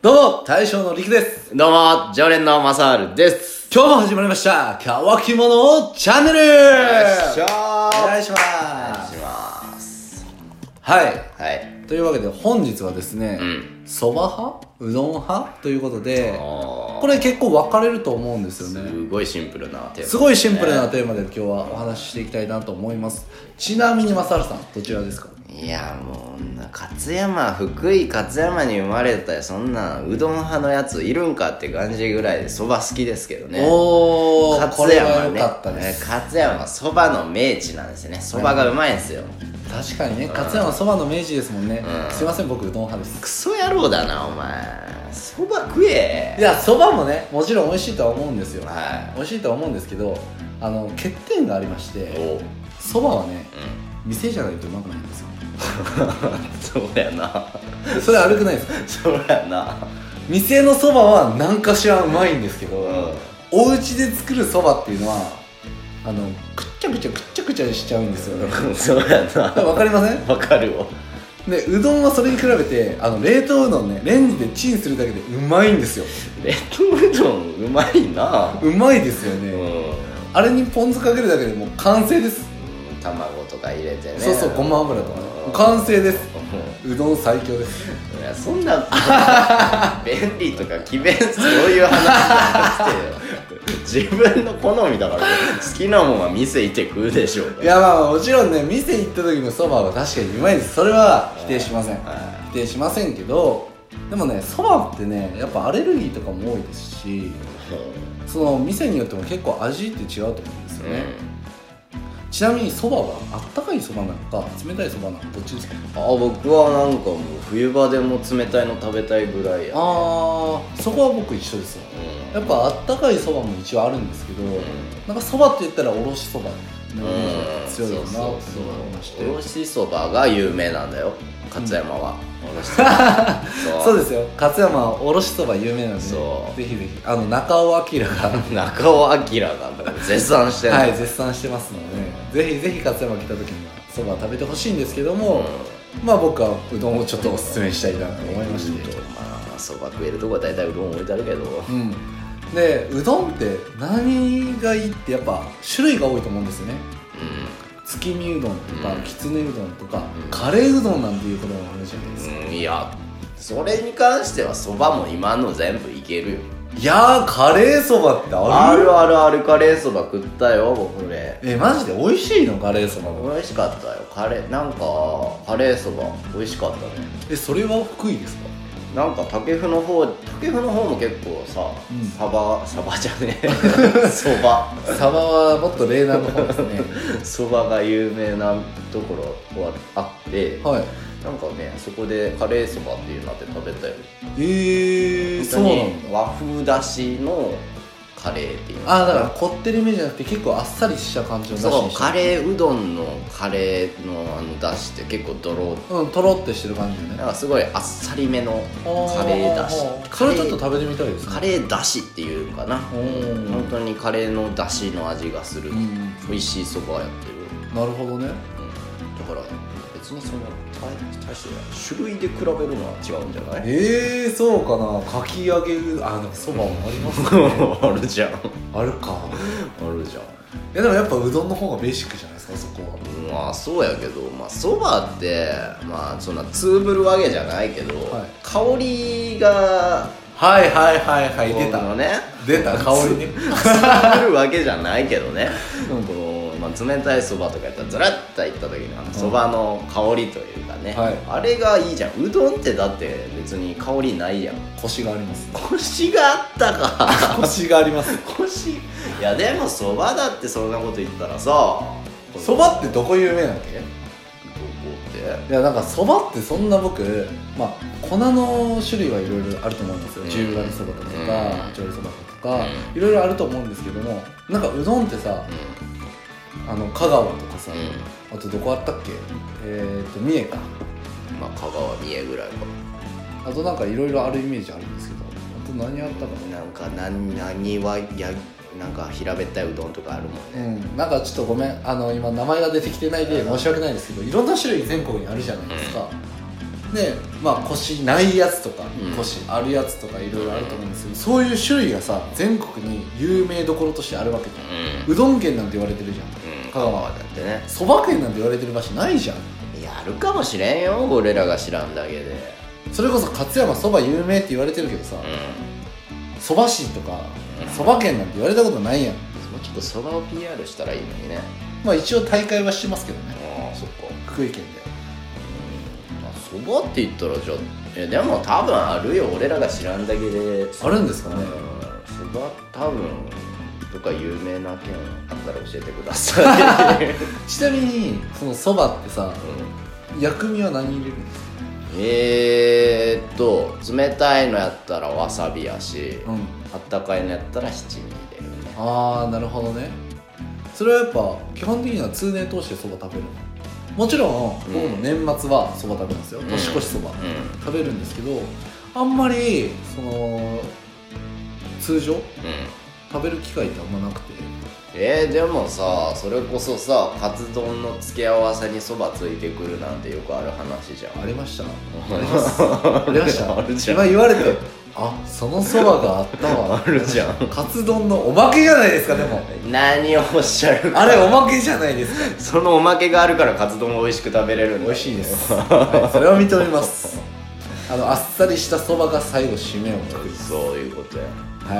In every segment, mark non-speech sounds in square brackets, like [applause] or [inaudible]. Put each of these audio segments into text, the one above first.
どうも、大将のりくです。どうも、常連のマサールです。今日も始まりました、乾き物チャンネルゃお願いしまお願いす。します。はい。はい。というわけで、本日はですねん、そば、派うどん派ということで、おこれ結構分かれると思うんですよね。すごいシンプルなテーマ。すごいシンプルなテーマで今日はお話ししていきたいなと思います。ちなみに、まさるさん、どちらですかいや、もう、な勝山、福井勝山に生まれたそんな、うどん派のやついるんかって感じぐらいで、そば好きですけどね。おー、こ勝れは山良ねかったです。勝山はそばの名地なんですよね。そばがうまいんですよ。確かにね、勝山そばの明治ですもんね。すいません、僕、うどん派です。クソ野郎だな、お前。そば食え。いや、そばもね、もちろん美味しいとは思うんですよ。は美味しいとは思うんですけど、あの、欠点がありましい。て、おうそばはね、ん。店じゃないとうまくないんですよ。そうやな。 [laughs] それ悪くないですかそうやな。店のそばは何かしらうまいんですけど、うん。お家で作るそばっていうのは、あの、くっちゃくちゃくっちゃくちゃしちゃうんですよね。そうやなわかりませんわかるわで、うどんはそれに比べて、あの、冷凍うどんね、レンジでチンするだけでうまいんですよ。冷凍うどんうまいなうまいですようね。んあれにポン酢かけるだけでもう完成です。卵とか入れてねそうそうごま油とかね完成ですうどん最強ですうんいやそんな [laughs] 便利とか奇弁そういう話じゃなくてよ自分の好みだから好きなもんは店行って食うでしょういやまあもちろんね店行った時のそばは確かにうまいですそれは否定しませんは否定しませんけどでもねそばってねやっぱアレルギーとかも多いですしいその店によっても結構味って違うと思うんですうよんね、ちなみにそばはあったかいそばなのか冷たいそばなのかどっちですかあ僕はなんかもう冬場でも冷たいの食べたいぐらいやあーそこは僕一緒ですようんやっぱあったかいそばも一応あるんですけど、なんかそばって言ったらおろしそばのイメージが強いよなっていうのがありましておろしそばが有名なんだよ勝山は、おろしそばそすうですよ勝山はおろしそば有名なんでそうぜひぜひあの中尾明が中尾明が絶賛してる、はい絶賛してますので、ぜひぜひ勝山来た時にはそば食べてほしいんですけども、まあ僕はうどんをちょっとおすすめしたいなと思いまして、まあそば食えるとこは大体うどん置いてあるけどうんでうどんって何がいいってやっぱ種類が多いと思うんですよね月見うどんとか、うんきつねうどんとか、うんカレーうどんなんていうこともあるじゃないですか、うん、うん、いやそれに関してはそばも今の全部いけるよいやーカレーそばってああるるあるあるカレーそば食ったよ僕ねえマジで美味しいのカレーそばも美味しかったよカレーなんかカレーそば美味しかったねえそれは福井ですかなんか竹譜の方竹譜の方も結構さ、うんサバサバじゃ [laughs] ねえそばサバはもっと冷暖の方ですねそばが有名なところはあって、はいなんかねそこでカレーそばっていうのって食べたよええー、そうなんだ本当に和風だしのカレーっていうのあーだからこってりめじゃなくて結構あっさりした感じのだしそにうしてカレーうどんのカレーのあのだしって結構ドローうんとろってしてる感じよねなんかすごいあっさりめのカレーだしあーそれちょっと食べてみたいですねカレーだしっていうのかなおー本当にカレーのだしの味がする、うん美味しいそばやってる、うん、なるほどねだから別にその大大して種類で比べるのは違うんじゃないええ [laughs] ー、そうかなかき揚げうあでもそばもあります [laughs] あるじゃんああるかるじゃんいやでもやっぱうどんの方がベーシックじゃないですかそこはまあそうやけどまあそばってまあそんなつぶるわけじゃないけど、はい香りがはいはいはいはこのね出た香りねつぶるわけじゃないけどね、うんこの、まあ、冷たいそばとかやったらずらっといった時のあのそばの香りというかね、はいあれがいいじゃんうどんってだって別に香りないやん腰があります腰があったか腰があります腰いやでもそばだってそんなこと言ったらさそばってどこ有名なんだっけどこっていやなんかそばってそんな僕まあ粉の種類はいろいろあると思うんですようん十割そばだとうんか調理そばだとかういろいろあると思うんですけどもなんかうどんってさあの香川とかさうあとどこあったっけえーと三重かんまあ香川三重ぐらいかあとなんかいろいろあるイメージあるんですけどあと何あったかなんか何何はやなんか平べったいうどんとかあるもんうね、ん、なんかちょっとごめんあの今名前が出てきてないで申し訳ないですけどいろんな種類全国にあるじゃないですか、ねまあ腰ないやつとか、うん腰あるやつとかいろいろあると思うんですけど、そういう種類がさ全国に有名どころとしてあるわけじゃん、うどん県なんて言われてるじゃんうん香川だってねそば県なんて言われてる場所ないじゃんやるかもしれんよ俺らが知らんだけでそれこそ勝山そば有名って言われてるけどさうんそば市とかそば県なんて言われたことないやんもうちょっとそばを PR したらいいのにねまあ一応大会はしてますけどねああそっか福井県でまあそばって言ったらじゃあえでも多分あるよ俺らが知らんだけであるんですかねそば多分とか有名な県あったら教えてくださ [laughs] い、ちなみにそのそばってさ薬味は何入れるんですかえーっと冷たいのやったらわさびやし、んあったかいのやったら七味入れるねああなるほどねそれはやっぱ基本的には通年通してそば食べるのもちろんうん僕も年末はそば食べますよ、うん年越しそば、う食べるんですけどあんまりその通常んうん食べる機会ってあんまなくてえー、でもさそれこそさカツ丼の付け合わせにそばついてくるなんてよくある話じゃんありましたああり [laughs] ますありましたあるじゃん今言われてあそのそばがあったわ [laughs] あるじゃんカツ丼のおまけじゃないですかでも何をおっしゃるあれおまけじゃないですかそのおまけがあるからカツ丼美味しく食べれるんだ美味しいです、はいそれは認めますあのあっさりしたそばが最後締めをくるそういうことや、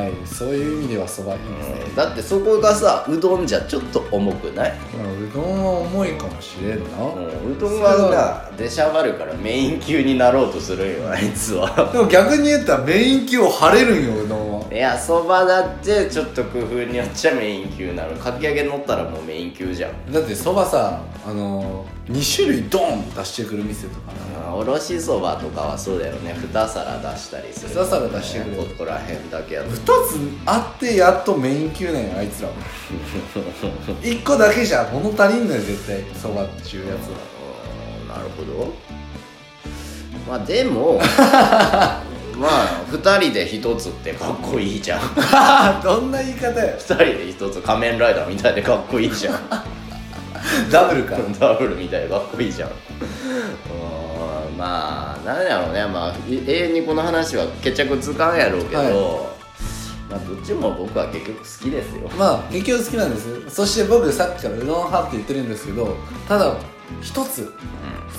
はいそういう意味ではそばいいですね、うん、だってそこがさうどんじゃちょっと重くない、まあうどんは重いかもしれんな、うん、うどんはな出しゃばるからメイン級になろうとするんよ [laughs] あいつはでも逆に言ったらメイン級を張れるんようどんはいやそばだってちょっと工夫によっちゃメイン級なのかき揚げ乗ったらもうメイン級じゃんだってそばさあの2種類ドンって出してくる店とかねあおろしそばとかはそうだよね2皿出したりする二皿出してくれるここら辺だけや2つあってやっとメイン級なんよあい [laughs] つらは1個だけじゃ物足りんのよ絶対そばっちゅうやつはうんなるほどまあで [laughs] もまあ2人で1つってかっこいいじゃん2あ [laughs] あどんな言い方よ人で1つ仮面ライダーみたいでかっこいいじゃん [laughs] ダブルか [laughs] ダブルみたいでかっこいいじゃんうんまあなんやろうねまあい永遠にこの話は決着つかんやろうけど、はまあどっちも僕は結局好きですよまあ結局好きなんですそして僕さっきからうどん派って言ってるんですけどただ一つ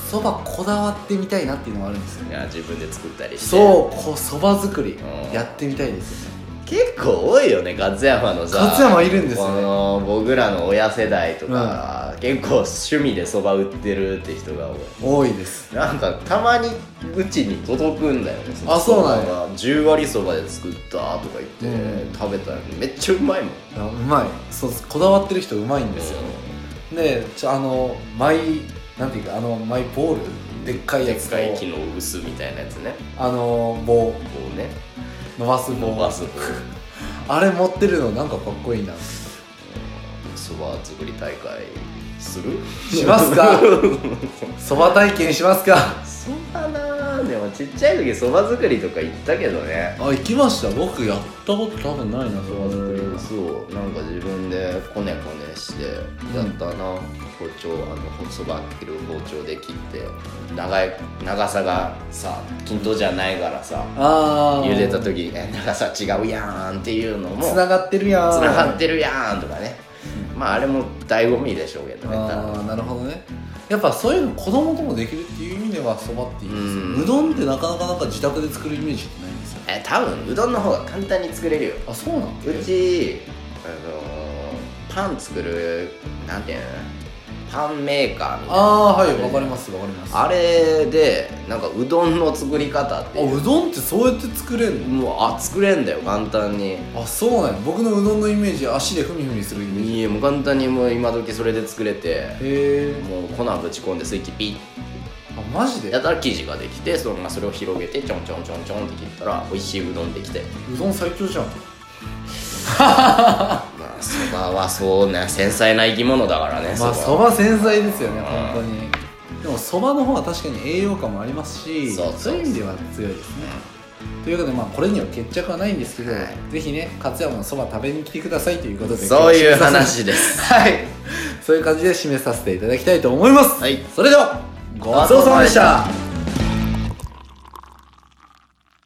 そばこだわってみたいなっていうのがあるんですよいや自分で作ったりしてそうこうそば作りうんやってみたいですよね結構多いよね勝山のさ勝山いるんですこよねの僕らの親世代とか、結構趣味でそば売ってるって人が多い多いですなんかたまにうちに届くんだよねのあそうなんやそばが10割そばで作ったとか言って、うん食べたらめっちゃうまいもんあうまいそうこだわってる人うまいんですよでちょあのマイなんていうかあのマイボールでっかいやでつっとかい木の薄みたいなやつねあの棒こうね伸ばす棒伸ばす [laughs] あれ持ってるのなんかかっこいいなそば作り大会するしますかそば体験しますか [laughs] そばなあでもちっちゃい時そば作りとか行ったけどねあ行きました僕やったこと多分ないなそば作りはそうなんか自分でこねこねしてやったな、包丁あのそば切る包丁で切って長い長さがさ均等じゃないからさああ茹でた時え長さ違うやんっていうのもつながってるやんつながっててるやんとかねまああれも醍醐味でしょうけどねああなるほどねやっぱそういうの子供ともできるっていう意味ではそばっていいですよううんどんってなかなかなんか自宅で作るイメージってないんですよえ多分うどんの方が簡単に作れるよあそうなのうち、あのーパン作るなんていうのパンメーカーみたいなああーはいわかりますわかりますああれでなんかうどんの作り方っていううどんってそうやって作れるのもうあ作れんだよ簡単にあそうなんや僕のうどんのイメージ足でふみふみするイメージへいやもう簡単にもう今時それで作れてえもう粉ぶち込んでスイッチピあマジッでやったら生地ができてそのままそれを広げてちょんちょんちょんちょんって切ったら美味しいうどんできてうどん最強じゃんまあそばはそうね繊細な生き物だからねまあそそばば繊細ですよねうん本当にでもそばの方は確かに栄養価もありますしそうそういう意味では強いですねということでまあこれには決着はないんですけど、はいぜひね勝山のそば食べに来てくださいということでそういう今日は締めさせ話てですはいそういう感じで締めさせていただきたいと思います、はいそれではごちそうさまでした